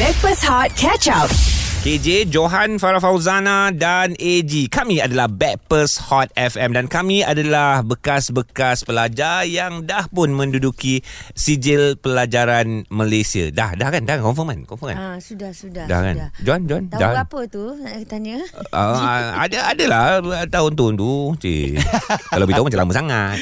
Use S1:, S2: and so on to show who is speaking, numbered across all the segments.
S1: Breakfast Hot Catch Up.
S2: KJ, Johan, Farah Fauzana dan AG. Kami adalah Backpers Hot FM dan kami adalah bekas-bekas pelajar yang dah pun menduduki sijil pelajaran Malaysia. Dah, dah kan? Dah confirm kan? Confirm kan?
S3: Ah, sudah sudah
S2: dah kan?
S3: sudah.
S2: John, John,
S3: Tahu
S2: dah. kan?
S3: berapa tu nak saya tanya?
S2: Uh, ada adalah tahun tu tu cik. Kalau beritahu macam lama sangat.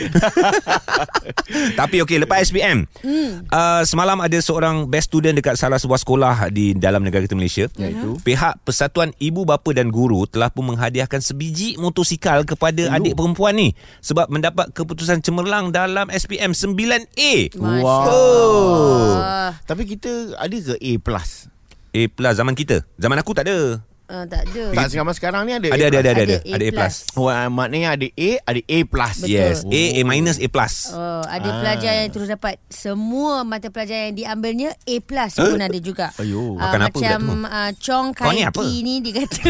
S2: Tapi okey lepas SPM.
S3: Hmm.
S2: Mm. Uh, semalam ada seorang best student dekat salah sebuah sekolah di dalam negara kita Malaysia. Iaitu pihak Persatuan Ibu Bapa dan Guru telah pun menghadiahkan sebiji motosikal kepada Hello. adik perempuan ni sebab mendapat keputusan cemerlang dalam SPM 9A.
S3: Masya
S2: Oh.
S3: Ah,
S4: Tapi kita ada ke A+. plus?
S2: A plus zaman kita. Zaman aku tak ada.
S3: ah, tak ada.
S4: Tak sekarang sekarang ni ada
S2: Ada ada ada ada ada,
S3: Ada
S2: ada
S3: A+.
S2: A plus.
S4: Oh, ah, maknanya ada A, ada A+. plus.
S3: Betul.
S2: Yes, A A minus A plus.
S3: Oh, ada
S2: Ah.
S3: pelajar yang terus dapat semua mata pelajar yang diambilnya A+ plus pun ada juga. Ah,
S2: Eh?
S4: Ayo,
S2: makan apa
S3: macam
S2: kat tu?
S3: ah, Chong
S2: Kau
S3: Kai
S2: ni
S3: Ki
S2: apa?
S3: ni dia kata.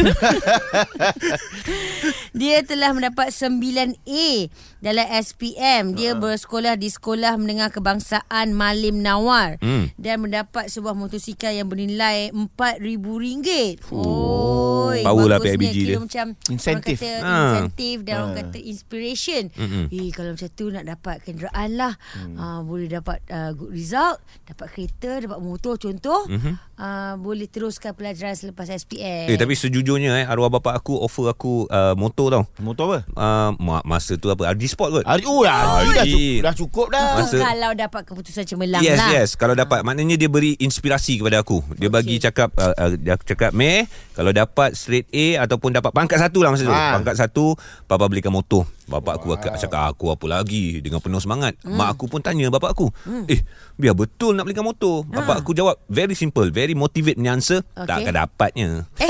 S3: dia telah mendapat 9A dalam SPM.
S2: Ah.
S3: Dia bersekolah di Sekolah Menengah Kebangsaan Malim Nawar
S2: Hmm.
S3: dan mendapat sebuah motosikal yang bernilai RM4,000. Oh,
S2: Power lah PIBG dia.
S3: Macam
S4: Insentif.
S3: Orang kata
S2: Ah.
S3: insentif dan orang kata inspiration.
S2: Mm-mm.
S3: Eh kalau macam tu nak dapat kenderaan lah. Mm. Uh, boleh dapat uh, good result, dapat kereta, dapat motor contoh. Mm-hmm. Uh, boleh teruskan pelajaran selepas SPM.
S2: Eh tapi sejujurnya eh arwah bapa aku offer aku uh, motor tau.
S4: Motor apa?
S2: Uh, ma- masa tu apa? RG Sport kot.
S4: Hari, oh, hari,
S2: Hari.
S4: dah, cukup, dah cukup dah.
S3: tu
S2: masa-
S3: Oh, kalau dapat keputusan cemerlang
S2: Yes
S3: lah.
S2: yes kalau dapat maknanya dia beri inspirasi kepada aku. Dia bagi cakap uh, uh, dia cakap meh kalau dapat straight A ataupun dapat pangkat satu lah masa tu.
S4: Ah.
S2: Pangkat satu papa belikan motor. Bapa aku wow. cakap aku apa lagi dengan penuh semangat. Mak aku pun tanya bapa aku. Eh biar betul nak belikan motor. Bapa aku jawab very simple, very motivate punya answer.
S3: Okay.
S2: Takkan dapatnya.
S3: Eh,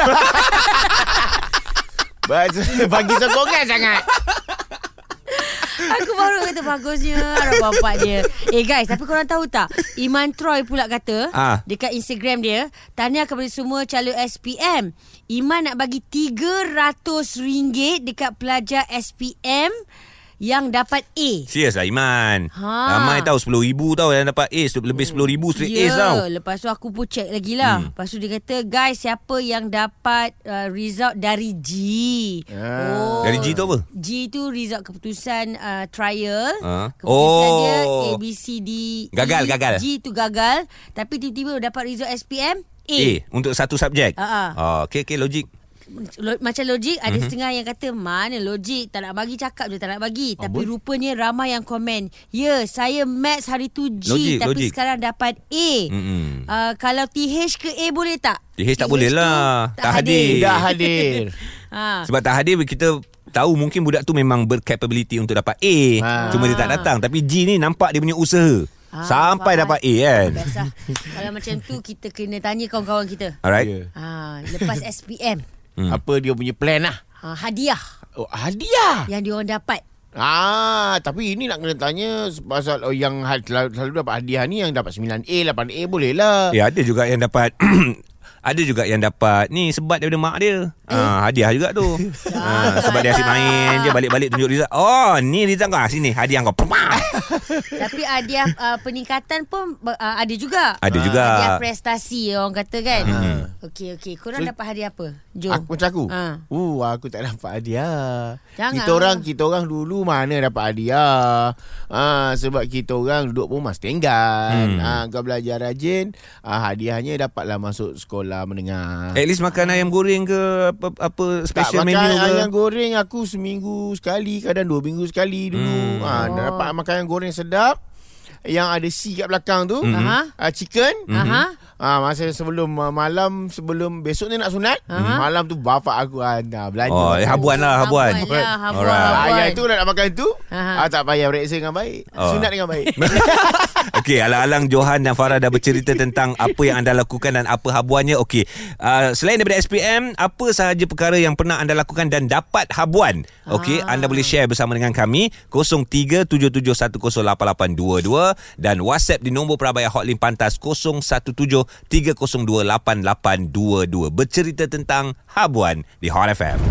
S4: Bagi- Bagi sokongan sangat.
S3: aku baru kata bagusnya arah bapak dia. Eh guys, tapi korang tahu tak? Iman Troy pula kata
S2: Ah.
S3: dekat Instagram dia, tanya kepada semua calon SPM. Iman nak bagi RM300 dekat pelajar SPM yang dapat A.
S2: Serius lah Iman
S3: Ha.
S2: ha.
S3: Oh,
S2: Ramai tau 10,000 tau Yang dapat A's Lebih 10,000 straight
S3: ya.
S2: yeah. A's tau
S3: lepas tu aku pun check lagi lah. Hmm. Lepas tu dia kata, guys siapa yang dapat uh, result dari G. Oh.
S4: Ah.
S2: Dari G tu apa?
S3: G tu result keputusan uh, trial.
S2: Ah.
S3: Keputusan
S2: Oh.
S3: dia A, B, C, D. E.
S2: Gagal, gagal.
S3: G tu gagal. Tapi tiba-tiba dapat result SPM A. Ha,
S2: A Untuk satu subjek
S3: Ha-ha.
S2: Ah, Okay okay logik
S3: Lo, macam logik ada
S2: Mhm.
S3: mm-hmm. setengah yang kata mana logik tak nak bagi cakap je tak nak bagi
S2: Ah,
S3: tapi
S4: Amboi.
S3: rupanya ramai yang komen ya saya maths hari tu G
S2: Logik,
S3: tapi
S2: logik.
S3: sekarang dapat A
S2: Mm-mm.
S3: uh, kalau TH ke A boleh tak
S2: TH tak boleh
S3: tu
S2: lah. Tak hadir.
S4: Dah hadir.
S3: ha.
S2: Sebab tak hadir Kita tahu mungkin budak tu Memang bercapability Untuk dapat A ha.
S4: Ha.
S2: Cuma dia tak datang Tapi G ni nampak dia punya usaha ha,
S3: Ah,
S2: Sampai
S3: faham.
S2: dapat A kan
S3: biasa kalau macam tu kita kena tanya kawan-kawan kita
S2: Alright
S4: Yeah.
S3: ha, lepas SPM
S2: Hmm.
S4: Ya. Apa dia punya plan lah?
S3: ha, hadiah
S4: Oh, hadiah.
S3: yang diorang dapat
S4: Ah, tapi ini nak kena tanya pasal oh, yang had- selalu, selalu dapat hadiah ni yang dapat 9A, 8A boleh lah.
S2: Ya ada juga yang dapat ada juga yang dapat ni sebat daripada mak dia. Eh? Ha, hadiah juga tu. ha, sebab dia asyik main je balik-balik tunjuk result. Oh, ni result kau. Ah, Sini hadiah kau. Pemah.
S3: tapi hadiah uh, peningkatan pun uh, ada juga Ah,
S2: Ada juga.
S3: hadiah prestasi orang kata kan hmm. okey okey korang
S4: So-
S3: dapat hadiah apa jom
S4: Aku, macam aku
S3: Ha.
S4: Uh, aku tak dapat hadiah
S3: Jangan.
S4: Kita orang Kita orang dulu Mana dapat hadiah ha, Sebab kita orang Duduk rumah setenggan hmm. ha, Kau belajar rajin ha, Hadiahnya dapatlah Masuk sekolah menengah
S2: Ah. At least makan ayam goreng ke apa, apa Eh, special
S4: tak
S2: menu
S4: makan
S2: ke.
S4: ayam goreng aku seminggu sekali kadang dua minggu sekali dulu. Hmm. Ha, dah dapat
S3: Oh.
S4: makan ayam goreng sedap yang ada C kat belakang tu.
S2: Hmm.
S4: Mm-hmm.
S3: Aha.
S4: chicken.
S3: Aha.
S2: Mhm.
S4: Ah masa sebelum ah, malam sebelum besok ni nak sunat,
S3: Aha.
S4: malam tu bapak aku ada belanja.
S2: Oh, eh, habuan lah, habuan.
S3: Habuan lah, habuan.
S2: Alright.
S4: Ah, yang tu nak makan tu
S3: Aha.
S4: ah, tak payah reksa dengan baik.
S2: Oh.
S4: Sunat dengan baik.
S2: Okey, alang-alang Johan dan Farah dah bercerita tentang apa yang anda lakukan dan apa habuannya. Okey, uh, selain daripada SPM, apa sahaja perkara yang pernah anda lakukan dan dapat habuan? Okey,
S4: Ah.
S2: anda boleh share bersama dengan kami 0377108822 dan WhatsApp di nombor Perabaya Hotlink Pantas 0173028822. Bercerita tentang habuan di Hot FM.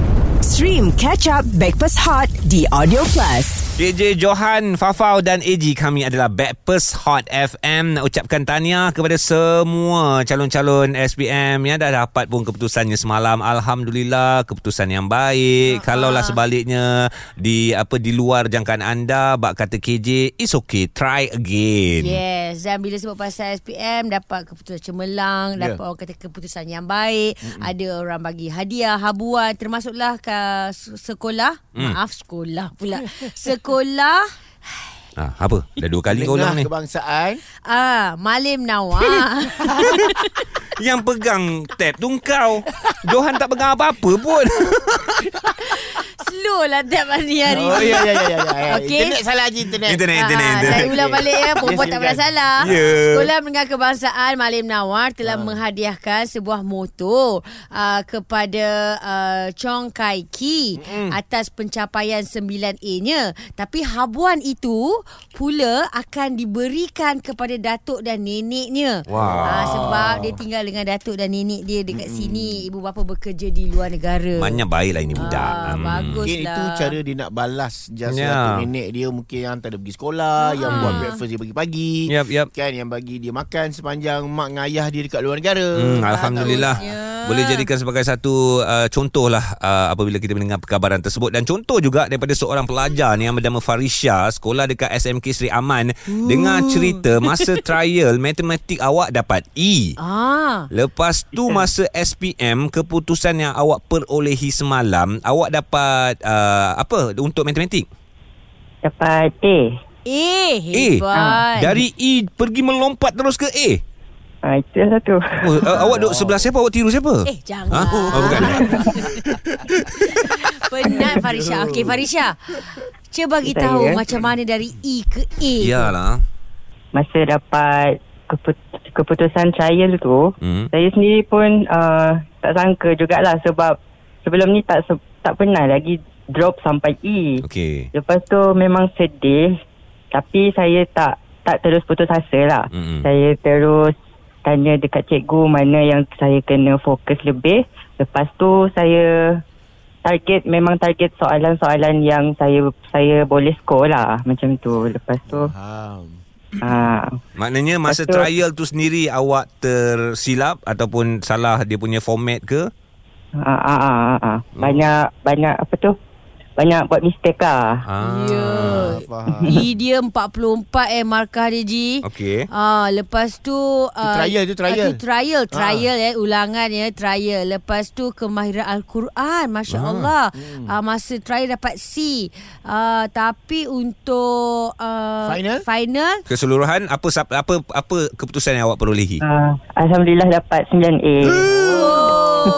S1: Stream Catch Up Backpass Hot di Audio Plus.
S2: KJ Johan, Fafau dan AG kami adalah Backpers Hot FM. Nak ucapkan tanya kepada semua calon-calon SPM yang Ya, dah dapat pun keputusannya semalam. Alhamdulillah, keputusan yang baik.
S3: Ah.
S2: Kalaulah sebaliknya di apa di luar jangkaan anda, bak kata KJ, it's okay, try again.
S3: Yes, dan bila sebut pasal SPM dapat keputusan cemerlang, yeah.
S4: Ya.
S3: dapat orang kata keputusan yang baik, mm-hmm. ada orang bagi hadiah, habuan, termasuklah ke sekolah, mm.
S2: Hmm.
S3: maaf sekolah pula. sekolah
S2: Ah, apa? Dah dua kali kau
S4: Dengar
S2: ulang ni.
S4: kebangsaan
S3: ah Malim Nawar.
S2: Yang pegang tab tu kau. Johan tak pegang apa-apa pun.
S3: Slow lah tiap hari hari.
S4: Oh ya ya ya ya. ya.
S3: Okey.
S4: Internet salah je internet.
S2: Internet,
S3: Ah,
S2: internet, internet.
S3: Saya ulang balik ya Perempuan
S4: Yes,
S3: tak pernah
S4: silakan.
S3: salah
S2: Ya.
S3: Sekolah Mendengar Kebangsaan Malim Nawar Telah
S4: Ah.
S3: menghadiahkan Sebuah motor uh, Kepada uh, Chong Kai Ki Atas pencapaian 9A-nya Tapi habuan itu Pula akan diberikan Kepada datuk dan neneknya
S2: Wow.
S3: Ah, Sebab dia tinggal dengan datuk dan nenek dia Dekat sini Ibu bapa bekerja di luar negara
S2: Maknanya baiklah ini budak.
S3: Ah,
S2: Hmm.
S3: bagus
S4: Mungkin itu
S3: lah.
S4: cara dia nak balas jasa
S2: Ya.
S4: yeah. nenek dia mungkin yang tak ada pergi
S3: Ah.
S4: sekolah, yang buat breakfast dia pagi-pagi.
S2: Yap, yap.
S4: Kan yang bagi dia makan sepanjang mak dengan ayah dia dekat luar negara. Ah,
S2: Hmm,
S3: Ah,
S2: Alhamdulillah
S3: Bagusnya.
S2: Boleh jadikan sebagai satu uh, contoh lah uh, Apabila kita mendengar perkabaran tersebut Dan contoh juga daripada seorang pelajar ni Yang bernama Farisha Sekolah dekat SMK Sri Aman Ooh. Dengar cerita masa trial Matematik awak dapat E
S3: Ah,
S2: Lepas tu masa SPM Keputusan yang awak perolehi semalam Awak dapat uh, apa untuk matematik?
S5: Dapat A.
S2: ah,
S3: Eh, hebat.
S2: A Dari E pergi melompat terus ke A?
S5: Ha, itu yang satu.
S2: Oh, uh, awak duduk sebelah siapa? Awak tiru siapa?
S3: Eh, jangan.
S2: Ha? Oh, bukan.
S3: Penat Farisha. Okey, Farisha. Cuba bagi tahu
S5: Saya.
S3: macam mana dari E ke A.
S2: Iyalah.
S5: Masa dapat keput- keputusan trial tu,
S2: Hmm.
S5: saya sendiri pun uh, tak sangka jugalah sebab sebelum ni tak se- tak pernah lagi drop sampai E.
S2: Okey.
S5: Lepas tu memang sedih tapi saya tak tak terus putus asa lah.
S2: Mm-mm.
S5: Saya terus tanya dekat cikgu mana yang saya kena fokus lebih. Lepas tu saya target memang target soalan-soalan yang saya saya boleh score lah macam tu. Lepas tu
S4: Faham.
S5: ah
S2: Maknanya masa
S5: Lepas tu-
S2: trial tu sendiri awak tersilap ataupun salah dia punya format ke?
S5: ah ah ah, ah,
S2: Oh.
S5: ah. banyak banyak apa tu? Banyak buat mistake lah.
S2: Ah.
S3: Ya.
S4: Faham.
S3: E dia 44 eh markah dia Ji.
S2: Okey.
S3: Ah, lepas tu ah,
S4: trial, tu trial.
S3: ah, tu trial, trial eh ulangan ya, trial. Lepas tu kemahiran al-Quran, masya-Allah. Ah, masa trial dapat C. Ah, tapi untuk ah,
S4: Final?
S3: final
S2: Keseluruhan apa sub- apa apa keputusan yang awak perolehi?
S5: Ah, Alhamdulillah dapat 9A.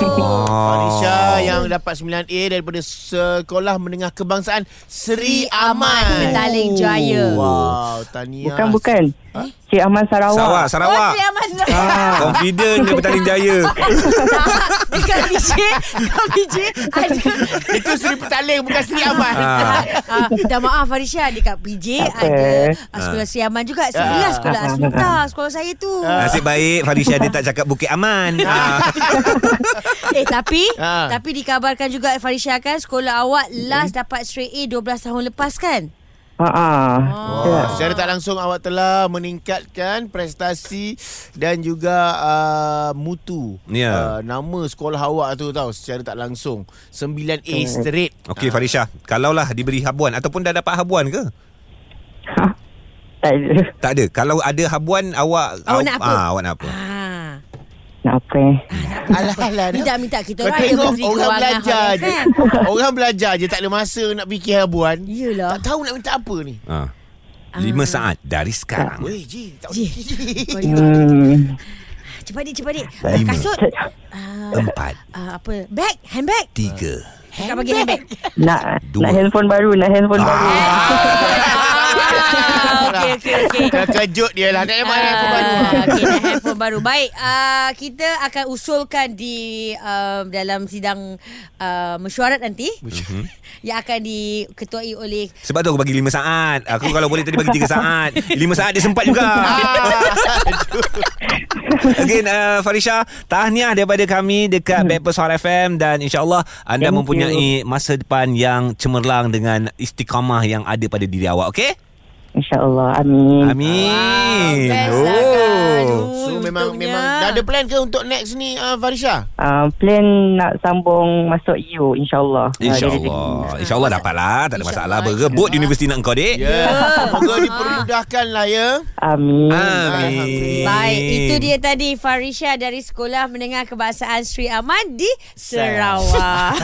S2: Oh.
S4: Farisha yang dapat 9A daripada Sekolah Menengah Kebangsaan Seri Aman.
S3: Petaling Jaya.
S4: Wow, tania.
S5: Bukan bukan. Cik Ahmad
S3: Oh,
S2: Sarawak,
S5: Sarawak.
S2: Sarawak.
S3: selamat
S2: Ah, confident dia bertanding jaya.
S3: Dekat PJ Dekat PJ ada
S4: Itu Seri Petaling bukan Seri Aman.
S2: Ah.
S3: ah, Dah maaf Farisha Dekat PJ
S5: Tak apa.
S3: ada ah, Sekolah Siaman juga Sebelah
S4: Ah.
S3: sekolah Asmita Sekolah saya tu
S2: Nasib baik Farisha dia tak cakap Bukit Aman. Ah.
S3: Eh tapi
S4: Ah.
S3: Tapi dikabarkan juga Farisha kan Sekolah awak Last dapat straight A 12 tahun lepas kan
S5: Ha ah.
S4: Oh, secara tak langsung awak telah meningkatkan prestasi dan juga uh, mutu
S2: Ya.
S4: uh, nama sekolah awak tu tau secara tak langsung 9A straight.
S2: Okey Farisha, kalaulah diberi habuan ataupun dah dapat habuan ke?
S5: Tak ada.
S2: Tak ada. Kalau ada habuan awak
S3: Awak nak apa?
S2: Ah, awak nak apa?
S3: ah.
S5: Nak apa eh?
S4: Alah alah.
S3: Ni
S4: dah.
S3: dah minta kita
S4: Kau
S3: orang ada
S4: tengok
S3: Menteri
S4: orang
S3: Kewangan kan?
S4: belajar
S3: Hot
S4: je
S3: FM.
S4: Orang belajar je Tak ada masa nak fikir habuan
S3: Yelah.
S4: Tak tahu nak minta apa ni
S2: Ah. Lima saat dari sekarang.
S4: Weh Ji Tak
S3: Ji.
S4: boleh
S5: Hmm.
S3: Cepat dik cepat dik Ah, Kasut ah,
S2: Empat,
S3: ah, Apa Bag Handbag
S2: tiga,
S3: Kakak bagi handbag
S5: Nak
S2: Dua.
S5: Dua. Ah. nak handphone baru, nak handphone baru.
S3: Ah, Okey okey okey
S4: Terkejut dia lah Tak ada mana apa baru
S3: Ah, okay, dah handphone baru. Baik, uh, kita akan usulkan di uh, dalam sidang uh, mesyuarat nanti
S4: Mhm.
S3: yang akan diketuai oleh
S2: Sebab tu aku bagi 5 saat. Aku kalau boleh tadi bagi 3 saat. 5 saat dia sempat juga.
S4: Ah,
S2: Again uh, Farisha Tahniah daripada kami
S3: Hmm.
S2: Dekat Backpast Hot FM Dan insyaAllah Anda
S5: Thank you.
S2: mempunyai Masa depan yang cemerlang Dengan istiqamah Yang ada pada diri awak Okay
S5: InsyaAllah. Amin.
S2: Amin
S3: Best
S2: Oh.
S3: lah kan. Aduh,
S4: So memang
S3: untungnya.
S4: memang dah ada plan ke untuk next ni uh, Farisha?
S5: Uh, plan nak sambung masuk U insyaAllah. Ah,
S2: InsyaAllah InsyaAllah dapat lah Tak ada masalah
S3: InsyaAllah,
S2: Berebut universiti nak kau dek
S4: Ya. Semoga dipermudahkan lah ya.
S5: Amin.
S2: Amin
S3: Baik, itu dia tadi Farisha dari Sekolah Menengah Kebahasaan Sri Ahmad di Sarawak.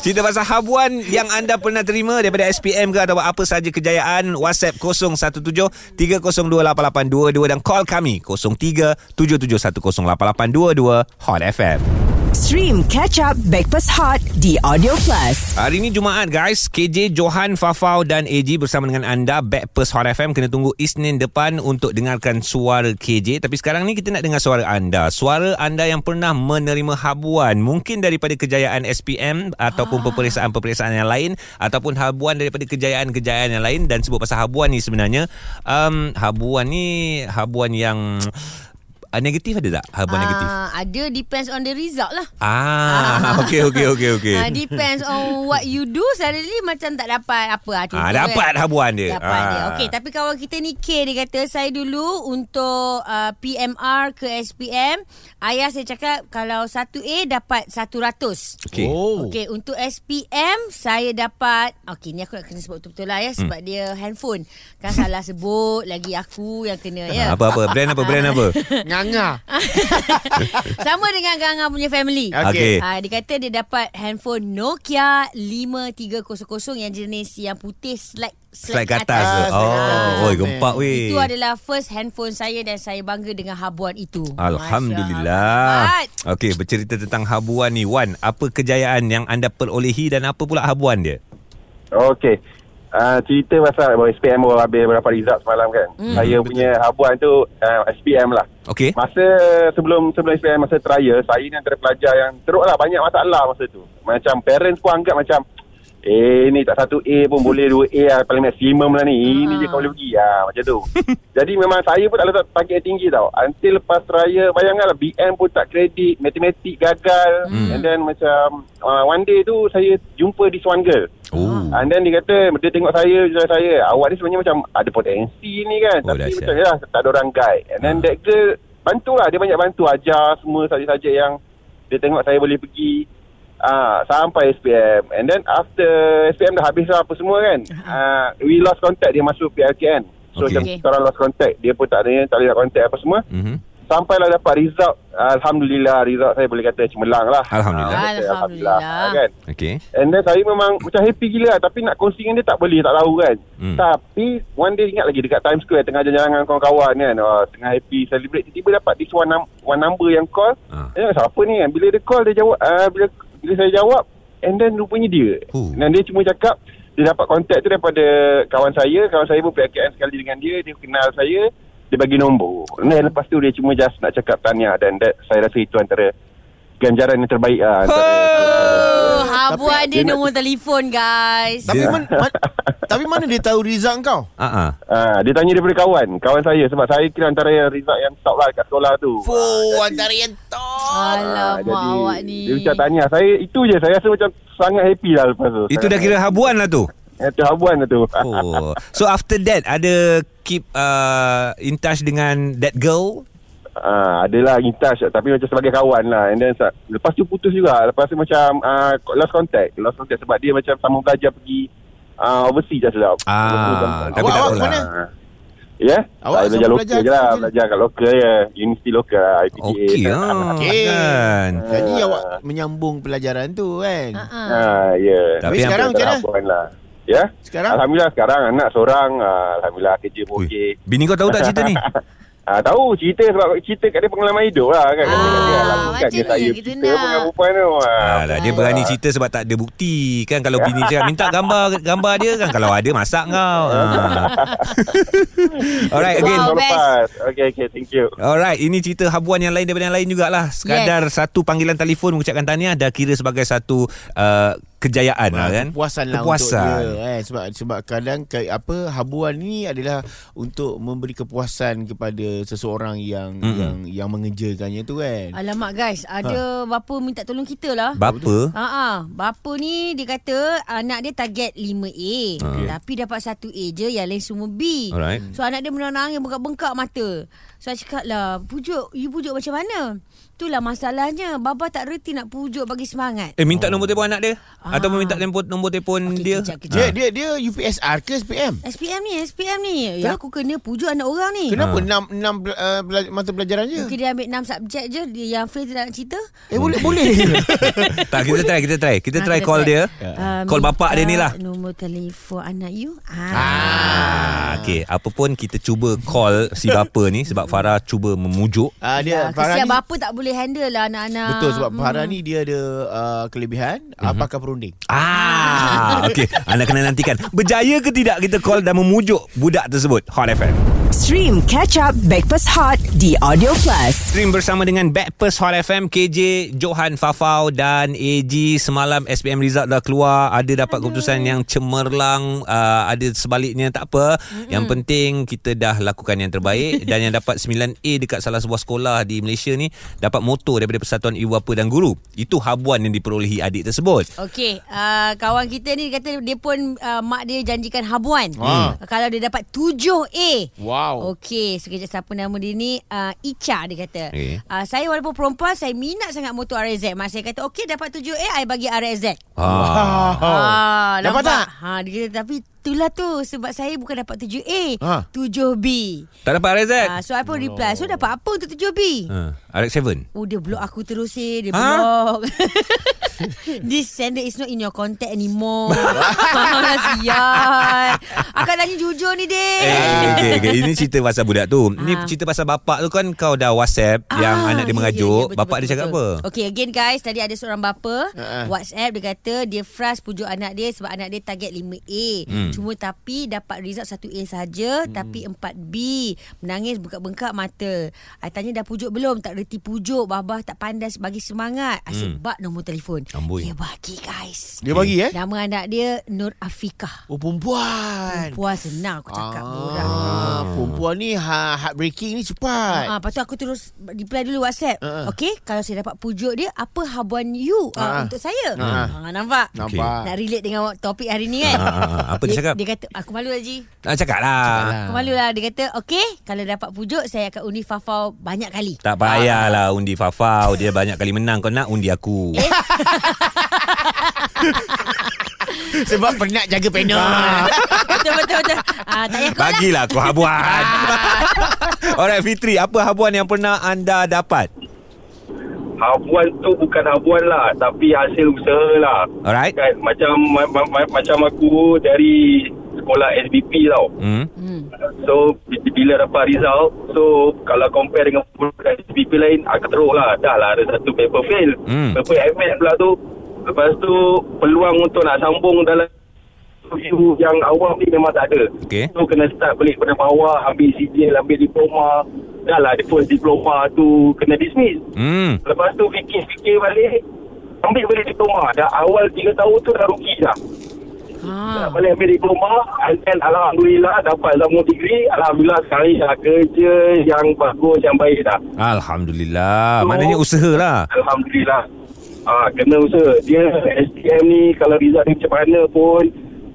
S2: Cerita pasal habuan yang anda pernah terima daripada SPM ke atau apa sahaja kejayaan WhatsApp 017 3028822 dan call kami 03 77108822 Hot FM.
S1: Stream Catch Up Backpass Hot The Audio Plus.
S2: Hari ini Jumaat guys, KJ Johan Fafau dan AG bersama dengan anda Backpast Hot FM kena tunggu Isnin depan untuk dengarkan suara KJ. Tapi sekarang ni kita nak dengar suara anda. Suara anda yang pernah menerima habuan mungkin daripada kejayaan SPM ataupun
S3: Ah.
S2: peperiksaan-peperiksaan yang lain ataupun habuan daripada kejayaan-kejayaan yang lain dan sebut pasal habuan ni sebenarnya um, habuan ni habuan yang uh, negatif ada tak? Habuan uh, negatif.
S3: Ah, Ada depends on the result lah.
S2: Ah, okey okey okey okey.
S3: Ah, depends on what you do suddenly macam tak dapat apa. Ah, contoh
S2: Ah, dapat habuan dia.
S3: Dapat
S2: Ah.
S3: dia. Okey, tapi kawan kita ni K dia kata saya dulu untuk uh, PMR ke SPM, ayah saya cakap kalau 1A dapat 100.
S2: Okey.
S4: Oh.
S3: Okey, untuk SPM saya dapat Okey, ni aku nak kena sebut betul-betul lah
S2: Hmm.
S3: ya sebab dia handphone. Kan salah sebut lagi aku yang kena ya.
S2: Ah, Apa apa brand apa brand apa?
S4: Nganga.
S3: Sama dengan Ganga punya family.
S2: Okey.
S3: Ah, dia kata dia dapat handphone Nokia 5300 yang jenis yang putih slide
S2: Slide ke atas tu.
S4: Ah, slide ke atas.
S2: Oh, oi gempak weh.
S3: Itu adalah first handphone saya dan saya bangga dengan habuan itu.
S2: Alhamdulillah.
S3: Masya
S2: Okey, bercerita tentang habuan ni Wan, apa kejayaan yang anda perolehi dan apa pula habuan dia?
S6: Okey. Uh, cerita pasal abang SPM baru habis berapa result semalam kan. Hmm, saya betul. punya habuan tu uh, SPM lah.
S2: Okey.
S6: Masa sebelum sebelum SPM masa trial, saya ni antara pelajar yang teruk lah banyak masalah masa tu. Macam parents pun anggap macam Eh ni tak satu A pun boleh dua A lah Paling maksimum lah ni Ini je kau boleh pergi ha, Macam tu Jadi memang saya pun tak letak target yang tinggi tau Until lepas raya Bayangkanlah BM pun tak kredit Matematik gagal hmm. And then macam uh, One day tu Saya jumpa this one girl
S2: Oh.
S6: And then dia kata Dia tengok saya Dia saya Awak ni sebenarnya macam Ada potensi ni kan
S2: Oh,
S6: oh, Tapi
S2: dahsyat.
S6: macam lah Tak ada orang guide And then
S2: Ah.
S6: that girl Bantulah Dia banyak bantu Ajar semua saja-saja yang Dia tengok saya boleh pergi Ah, sampai SPM And then after SPM dah habis lah apa semua kan ah, We lost contact Dia masuk PLKN So
S2: Okay.
S6: okay. macam
S3: Okay.
S6: okay. orang lost contact Dia pun tak ada Tak boleh nak contact apa semua
S2: Mhm.
S6: Sampailah dapat result Alhamdulillah Result saya boleh kata cemerlang lah
S2: Alhamdulillah.
S6: Ah, saya
S3: Alhamdulillah.
S6: kan
S2: Okey.
S6: And then saya memang macam happy gila lah. Tapi nak kongsi dengan dia tak boleh, tak tahu kan.
S2: Hmm.
S6: Hmm. Tapi one day ingat lagi dekat Times Square tengah jalan-jalan dengan kawan-kawan kan. Oh, tengah happy celebrate. Tiba-tiba dapat this one, num- one number yang call.
S2: Ah.
S6: Ah. Eh, siapa ni kan? Bila dia call, dia jawab. Uh, bila, bila saya jawab, and then rupanya dia.
S2: Huh.
S6: Dan dia cuma cakap, dia dapat kontak tu daripada kawan saya. Kawan saya pun PKM sekali dengan dia. Dia kenal saya. Dia bagi nombor. And then lepas tu dia cuma just nak cakap tahniah. Dan that, saya rasa itu antara ganjaran yang terbaik lah. Antara,
S3: Oh, habuan dia
S6: dia nak-
S3: nombor telefon guys.
S4: Tapi man, man, tapi mana dia tahu result kau?
S2: Ah ah.
S6: Ah, dia tanya daripada kawan Kawan saya Sebab saya kira antara yang result yang top lah Kat sekolah tu
S4: Fuh, antara yang top.
S6: Ah,
S3: Alamak
S6: jadi,
S3: awak ni.
S6: Dia macam tanya Saya itu je Saya rasa macam sangat happy lah lepas tu
S2: Itu dah
S6: Sangat-
S2: kira habuan lah tu.
S6: Itu habuan lah tu
S2: Oh. So after that ada keep uh, in touch dengan that girl.
S6: Ah, adalah in touch Tapi macam sebagai kawan lah And then sa- Lepas tu putus juga Lepas tu macam ah, Lost contact Lost contact sebab dia macam Sama belajar pergi ah, Overseas just lah
S2: Ah,
S6: Lepas tu-
S2: tapi
S4: Awak-
S2: tak
S4: awak
S2: tahu lah.
S4: mana?
S6: Ya?
S4: Awak
S6: Saya
S4: sama belajar
S6: belajar lokal je lah
S4: kat mana?
S6: Belajar kat lokal je Universiti lokal lah IPTA
S2: Okey ah.
S4: Okay.
S2: Kan.
S4: Jadi awak menyambung pelajaran tu kan?
S3: Ah, ah.
S6: Ha, ya.
S2: Tapi
S6: Tapi
S4: sekarang
S6: sekarang
S4: macam
S6: macam
S4: mana?
S6: Lah. Ya.
S4: Sekarang?
S6: Alhamdulillah sekarang anak seorang. ah, Alhamdulillah kerja pun
S2: Ui,
S6: okey.
S2: Bini kau tahu tak cerita ni?
S6: Ah, tahu cerita sebab cerita kat dia pengalaman hidup lah kan.
S3: Ah,
S6: lakukan
S3: macam
S6: dia
S3: tu yang
S6: saya
S3: kita nak.
S6: cerita pun dengan perempuan tu. Ah,
S2: Alah, dia berani cerita sebab tak ada bukti kan kalau bini cakap minta gambar gambar dia kan kalau ada masak kau. Ah. Alright
S6: Okey,
S2: again.
S3: Wow,
S6: tahun
S3: best.
S6: lepas. Okey, okey. Thank you.
S2: Alright, ini cerita habuan yang lain daripada yang lain jugalah. Sekadar yes. satu panggilan telefon mengucapkan tahniah dah kira sebagai satu uh, kejayaan lah kan.
S4: Kepuasan lah
S2: Kepuasan.
S4: untuk dia eh. Sebab sebab kadang ke, apa habuan ni adalah untuk memberi kepuasan kepada seseorang yang mm. yang yang mengejakannya tu kan.
S3: Alamak guys, ada ha. bapa minta tolong kita lah.
S2: Bapa
S3: Ha ah, bapa ni dia kata anak dia target 5A okay. tapi dapat 1A je yang lain semua B.
S2: Alright.
S3: So anak dia menangis bengkak-bengkak mata. So saya cakap lah, pujuk, you pujuk macam mana? Itulah masalahnya. Baba tak reti nak pujuk bagi semangat.
S2: Eh minta
S4: Hmm.
S2: nombor telefon anak dia Atau minta nombor, nombor telefon
S3: Ah. Okey,
S2: Eh, dia
S3: kejap, kejap.
S4: Dia dia dia UPSR ke SPM?
S3: SPM ni, SPM ni. Ya, aku kena pujuk anak orang ni.
S4: Kenapa enam enam bela- uh, bela- mata pelajaran je?
S3: Mungkin dia ambil 6 subjek je dia yang fail dia tak nak cerita.
S4: Eh boleh boleh.
S2: Tak kita try Kita try Kita
S3: Ah,
S2: try call dia
S3: Ah,
S2: Call
S3: minta
S2: bapak dia ni lah
S3: Nombor telefon anak you. Ah.
S2: Ah, okay. Apa pun kita cuba call si bapa ni sebab Farah cuba memujuk.
S4: Ah dia
S3: Ya,
S4: Farah
S3: kesian
S4: ni
S3: bapa tak boleh handle lah anak-anak.
S4: betul sebab
S3: Hmm.
S4: Farah ni dia ada uh, kelebihan uh, pakar perunding.
S2: Ah, okay. Anda kena nantikan. Berjaya ke tidak kita call dan memujuk budak tersebut. Hot FM.
S1: Stream Catch Up Backpass Hot di Audio Plus.
S2: Stream bersama dengan Backpast Hot FM KJ Johan Fafau dan AG semalam SPM result dah keluar ada dapat keputusan yang cemerlang uh, ada sebaliknya tak apa mm-hmm. yang penting kita dah lakukan yang terbaik dan yang dapat 9A dekat salah sebuah sekolah di Malaysia ni dapat motor daripada Persatuan Ibu Bapa dan Guru itu habuan yang diperolehi adik tersebut
S3: Okey, uh, kawan kita ni dia kata dia pun uh, mak dia janjikan habuan. Hmm. Kalau dia dapat 7A.
S4: Ah. Wow.
S3: Okey, sekejap siapa nama dia ni uh, Icha dia kata.
S2: Okey.
S3: Uh, saya walaupun perempuan saya minat sangat motor RZ. Mak saya kata okey dapat 7A I bagi RZ.
S2: ah.
S3: Ah,
S4: Oh. Dapat tak?
S3: Ha, dia kata tapi itulah tu sebab saya bukan dapat 7A,
S4: Ha. Eh.
S3: 7B.
S2: tak dapat Rezat
S3: Ah, so I pun reply, so dapat apa untuk 7B?
S2: uh, RX7
S3: Oh dia block aku terus eh Dia
S2: Ha?
S3: block This sender is not in your contact anymore Kasihan Akak tanya jujur ni dek
S2: Eh, okay, okay. Ini cerita pasal budak tu. Ni
S3: Ah. ya,
S2: cerita pasal bapak tu kan kau dah WhatsApp ah, yang anak dia mengajuk. Yeah, yeah,
S3: betul,
S2: bapak
S3: betul,
S2: dia cakap
S3: betul.
S2: apa?
S3: Okay, again guys, tadi ada seorang bapa
S4: Ha-ha.
S3: uh-huh. WhatsApp dia kata dia frust pujuk anak dia sebab anak dia target 5A.
S2: Hmm.
S3: Cuma tapi dapat result 1A saja
S4: Hmm.
S3: tapi 4B. Menangis bengkak-bengkak mata. I tanya dah pujuk belum? Tak reti pujuk. Babah tak pandai bagi semangat. Asyik bak nombor telefon.
S2: Hmm. Amboi.
S3: Dia bagi guys.
S4: Dia bagi eh?
S3: Nama anak dia Nur Afikah.
S4: Oh perempuan.
S3: Puas senang aku cakap murah.
S4: Ah, perempuan ni ha, heartbreaking ni cepat.
S3: Ah, lepas tu aku terus reply dulu WhatsApp.
S4: Ah, ah.
S3: Uh-uh. Okey, kalau saya dapat pujuk dia, apa habuan you
S4: Ah, ah.
S3: uh, untuk saya?
S4: Ah.
S3: Uh-huh. Ah, nampak?
S4: Nampak.
S3: Nak relate dengan topik hari ni kan?
S2: Ah, ah, ah. Apa dia cakap?
S3: Dia kata, aku malu lah Ji.
S2: Ah, cakap lah.
S3: Aku malu lah. Dia kata, okey, kalau dapat pujuk, saya akan undi Fafau banyak kali.
S2: Tak payahlah undi Fafau. Dia banyak kali menang. Kau nak undi aku.
S4: Sebab penat jaga panel.
S3: Ah. betul, betul, betul. Ah, tak payah kau lah.
S2: Bagilah aku habuan. Alright Fitri, apa habuan yang pernah anda dapat?
S6: Habuan tu bukan habuan lah Tapi hasil usaha lah
S2: Alright.
S6: kan, Macam ma- ma- ma- macam aku dari sekolah SBP tau
S2: Hmm.
S6: So bi- bila dapat result So kalau compare dengan budak SPP lain Aku teruk lah Dah lah ada satu paper fail
S2: Hmm.
S6: Paper MAT pula tu Lepas tu peluang untuk nak sambung dalam View yang awam ni memang tak ada
S2: Okey.
S6: So kena start balik pada bawah Ambil CGL, ambil diploma Dah lah the first diploma tu kena dismiss
S2: Hmm.
S6: Lepas tu fikir-fikir balik Ambil balik diploma Dah awal 3 tahun tu dah rugi dah
S3: Ah.
S6: Ha. Balik ambil diploma And then Alhamdulillah Dapat sambung degree Alhamdulillah sekarang ni dah kerja Yang bagus Yang baik dah
S2: Alhamdulillah.
S6: So-
S2: Maknanya usaha lah.
S6: Alhamdulillah ha, Kena usaha Dia STM ni Kalau result ni macam mana pun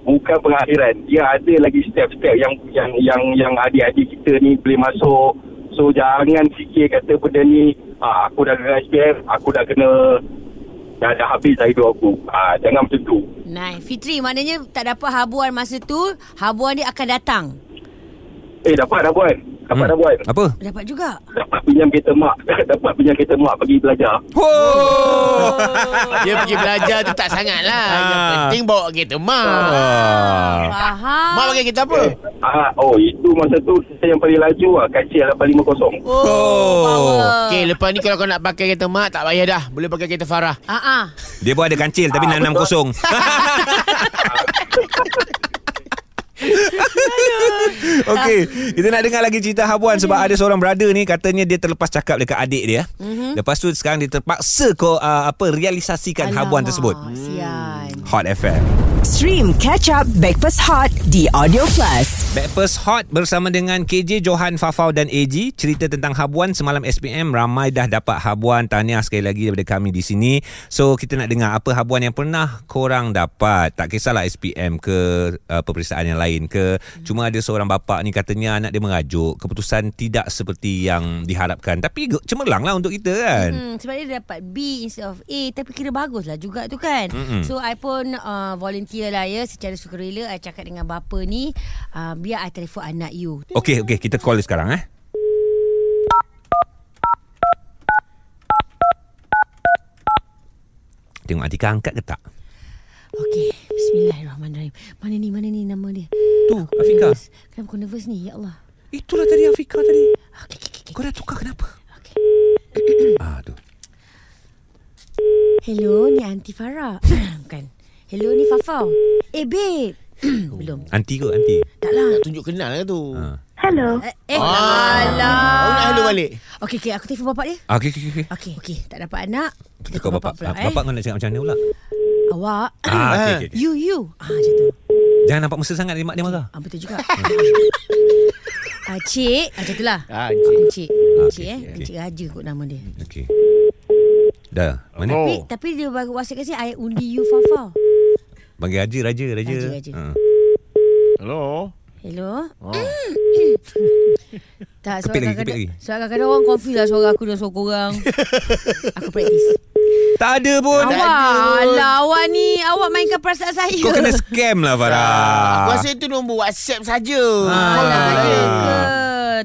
S6: Bukan pengakhiran Dia ada lagi step-step Yang yang yang yang adik-adik kita ni Boleh masuk So jangan fikir kata benda ni ha, Aku dah kena STM Aku dah kena Dah, dah habis dah hidup aku ha, Jangan macam tu
S3: Nah, Fitri maknanya tak dapat habuan masa tu, habuan dia akan datang.
S6: Eh dapat dah buat
S2: Hmm.
S6: Dapat hmm. dah buat
S2: Apa?
S3: Dapat juga.
S6: dapat pinjam kereta mak dapat pinjam kereta mak pergi belajar
S2: Oh.
S4: Dia pergi belajar tu tak sangat lah. Yang
S2: Ah.
S4: penting bawa kereta mak.
S3: Ah. Faham.
S4: Mak pakai kereta apa?
S6: ah, oh itu masa tu saya yang paling laju lah kacil 850
S3: Oh, power.
S2: Oh.
S4: Okey, lepas ni kalau kau nak pakai kereta mak, tak payah dah. Boleh pakai kereta Farah.
S3: Ah, ah.
S2: Dia pun ada kancil tapi 660. Okey, kita nak dengar lagi cerita habuan sebab ada seorang brother ni katanya dia terlepas cakap dekat adik dia. Mm-hmm. Lepas tu sekarang dia terpaksa kau uh, apa ah, realisasikan habuan
S3: Alamak,
S2: tersebut.
S3: Sian.
S2: Hot FM.
S1: Stream Catch Up Backpass Hot di Audio Plus.
S2: Backpast Hot bersama dengan KJ Johan Fafau dan AG cerita tentang habuan semalam SPM ramai dah dapat habuan tahniah sekali lagi daripada kami di sini so kita nak dengar apa habuan yang pernah korang dapat tak kisahlah SPM ke uh, peperiksaan yang lain ke cuma ada seorang bapa ni katanya anak dia merajuk keputusan tidak seperti yang diharapkan tapi ge- cemerlang lah untuk kita kan
S3: Hmm, sebab dia dapat B instead of A Tapi kira bagus lah juga tu kan
S2: Mm-mm.
S3: So I pun uh, volunteer lah ya Secara sukarela I cakap dengan bapa ni uh, Biar I telefon anak you
S2: Okey okey kita call dia sekarang eh Tengok Atika angkat ke tak?
S3: Okey Bismillahirrahmanirrahim Mana ni mana ni nama dia
S2: Tu,
S3: Aku
S2: Afika.
S3: nervous. Kenapa aku nervous ni Ya Allah
S2: Itulah tadi Afika tadi.
S3: Okey okey okey
S2: Kau dah tukar kenapa?
S3: okay.
S2: Ah tu.
S3: Hello ni Aunty Farah Bukan Hello ni Fafau Eh babe Belum
S2: Anti ke anti?
S3: Tak lah
S4: Tak tunjuk kenal lah tu. Ha.
S2: Ha.
S7: Hello.
S3: Eh, eh
S4: Ah. Baru nak
S3: alah
S4: hello balik.
S3: Okey okey aku telefon bapak dia
S2: Ah, okey okey okey.
S3: Okey okey tak dapat anak
S2: Kita call bapak. Bapak, bapak kau nak cakap macam mana pula?
S3: eh. Awak
S2: Ah, okey okey. okey.
S3: You you Ah macam tu
S2: Jangan nampak mesra sangat dia mak dia marah.
S3: Ah betul juga Ah cik ah, Macam tu lah
S4: Ah, cik.
S3: Cik
S2: Ah,
S3: Cik
S2: okey,
S3: eh
S2: okey.
S3: Cik Raja kot nama dia
S2: Okey. Dah. Mana?
S4: Oh.
S3: Tapi, tapi dia bagi whatsapp kat saya I undi you Fafau
S2: Bagi Haji Raja Raja.
S3: Raja, Raja.
S2: Ha.
S4: Hello.
S3: Hello Hmm.
S4: Oh.
S3: Tak
S2: Ah. Kepit lagi,
S3: sebab
S2: kepit
S3: kadang-kadang
S2: lagi.
S3: Sebab kadang-kadang orang confuse lah Suara aku dengan suara korang Aku praktis
S2: Tak ada pun.
S3: Awak Alah awak ni Awak mainkan perasaan saya
S2: Kau kena scam lah Farah.
S4: Aku rasa tu nombor WhatsApp saja.
S3: Alah
S2: Ah.
S3: ya ke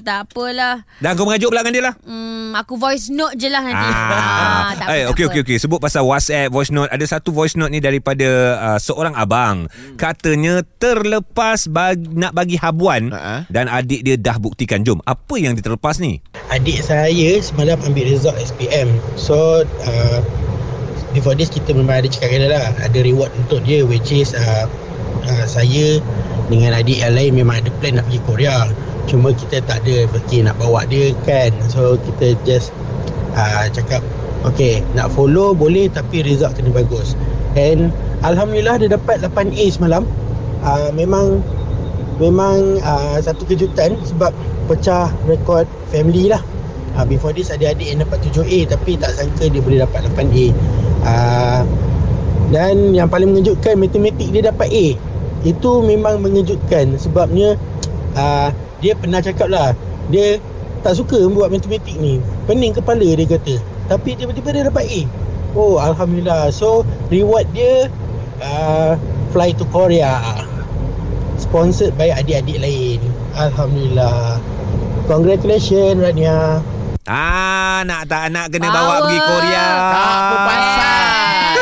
S3: Tak apalah
S2: Dah kau mengajuk pula dengan dia lah.
S3: Hmm, aku voice note je lah nanti.
S2: Ah,
S3: tak apa,
S2: eh,
S3: tak
S2: okey
S3: apa.
S2: okey okey. Sebut pasal WhatsApp voice note. Ada satu voice note ni daripada uh, seorang abang.
S3: Hmm.
S2: Katanya terlepas bag, nak bagi habuan
S4: Ha-ha.
S2: dan adik dia dah buktikan. Jom, apa yang dia terlepas ni?
S8: Adik saya semalam ambil result SPM So uh, Before this kita memang ada cakap kena lah Ada reward untuk dia Which is uh, uh, Saya Dengan adik yang lain Memang ada plan nak pergi Korea Cuma kita tak ada fikir nak bawa dia kan So kita just uh, Cakap Okay nak follow boleh Tapi result kena bagus And Alhamdulillah dia dapat 8A semalam uh, Memang memang uh, satu kejutan sebab pecah rekod family lah. Uh, before this adik-adik yang dapat 7A tapi tak sangka dia boleh dapat 8A. Uh, dan yang paling mengejutkan matematik dia dapat A. Itu memang mengejutkan sebabnya uh, dia pernah cakap lah dia tak suka buat matematik ni. Pening kepala dia kata. Tapi tiba-tiba dia dapat A. Oh Alhamdulillah. So reward dia uh, fly to Korea sponsored by adik-adik lain. Alhamdulillah. Congratulations Rania.
S2: Ah, nak tak nak kena bawa,
S3: Bawa.
S2: pergi Korea.
S4: Tak apa pasal.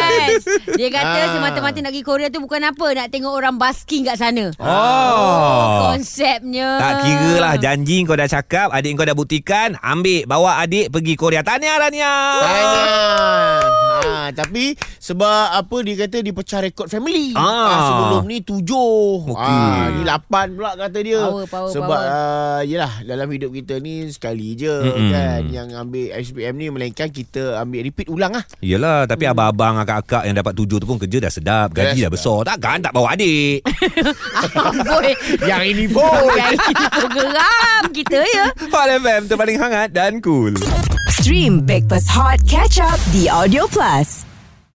S3: Yes. Dia kata
S4: Ah.
S3: semata-mata nak pergi Korea tu bukan apa Nak tengok orang basking kat sana
S2: Oh.
S3: Konsepnya
S2: Tak kira lah janji kau dah cakap Adik kau dah buktikan Ambil bawa adik pergi Korea Tahniah Rania
S4: Tangan. Kan? Ha, tapi sebab apa dia kata dia pecah rekod family.
S2: Ah.
S4: sebelum ni tujuh.
S2: Okey.
S4: Ah, ni lapan pula kata dia.
S3: Power, power,
S4: sebab
S3: power.
S4: Uh, yelah dalam hidup kita ni sekali je
S2: Mm-mm.
S4: mm kan yang ambil SPM ni melainkan kita ambil repeat ulang lah.
S2: Yelah tapi abang-abang akak-akak yang dapat tujuh tu pun kerja dah sedap Gaji Hmm. dah
S4: Dah
S2: besar Takkan tak bawa adik
S3: Amboi
S4: yang ini pun.
S3: Yang ini pun geram kita ya
S2: Hot FM terpaling hangat dan cool
S1: Stream Backpass Hot Catch Up di Audio Plus.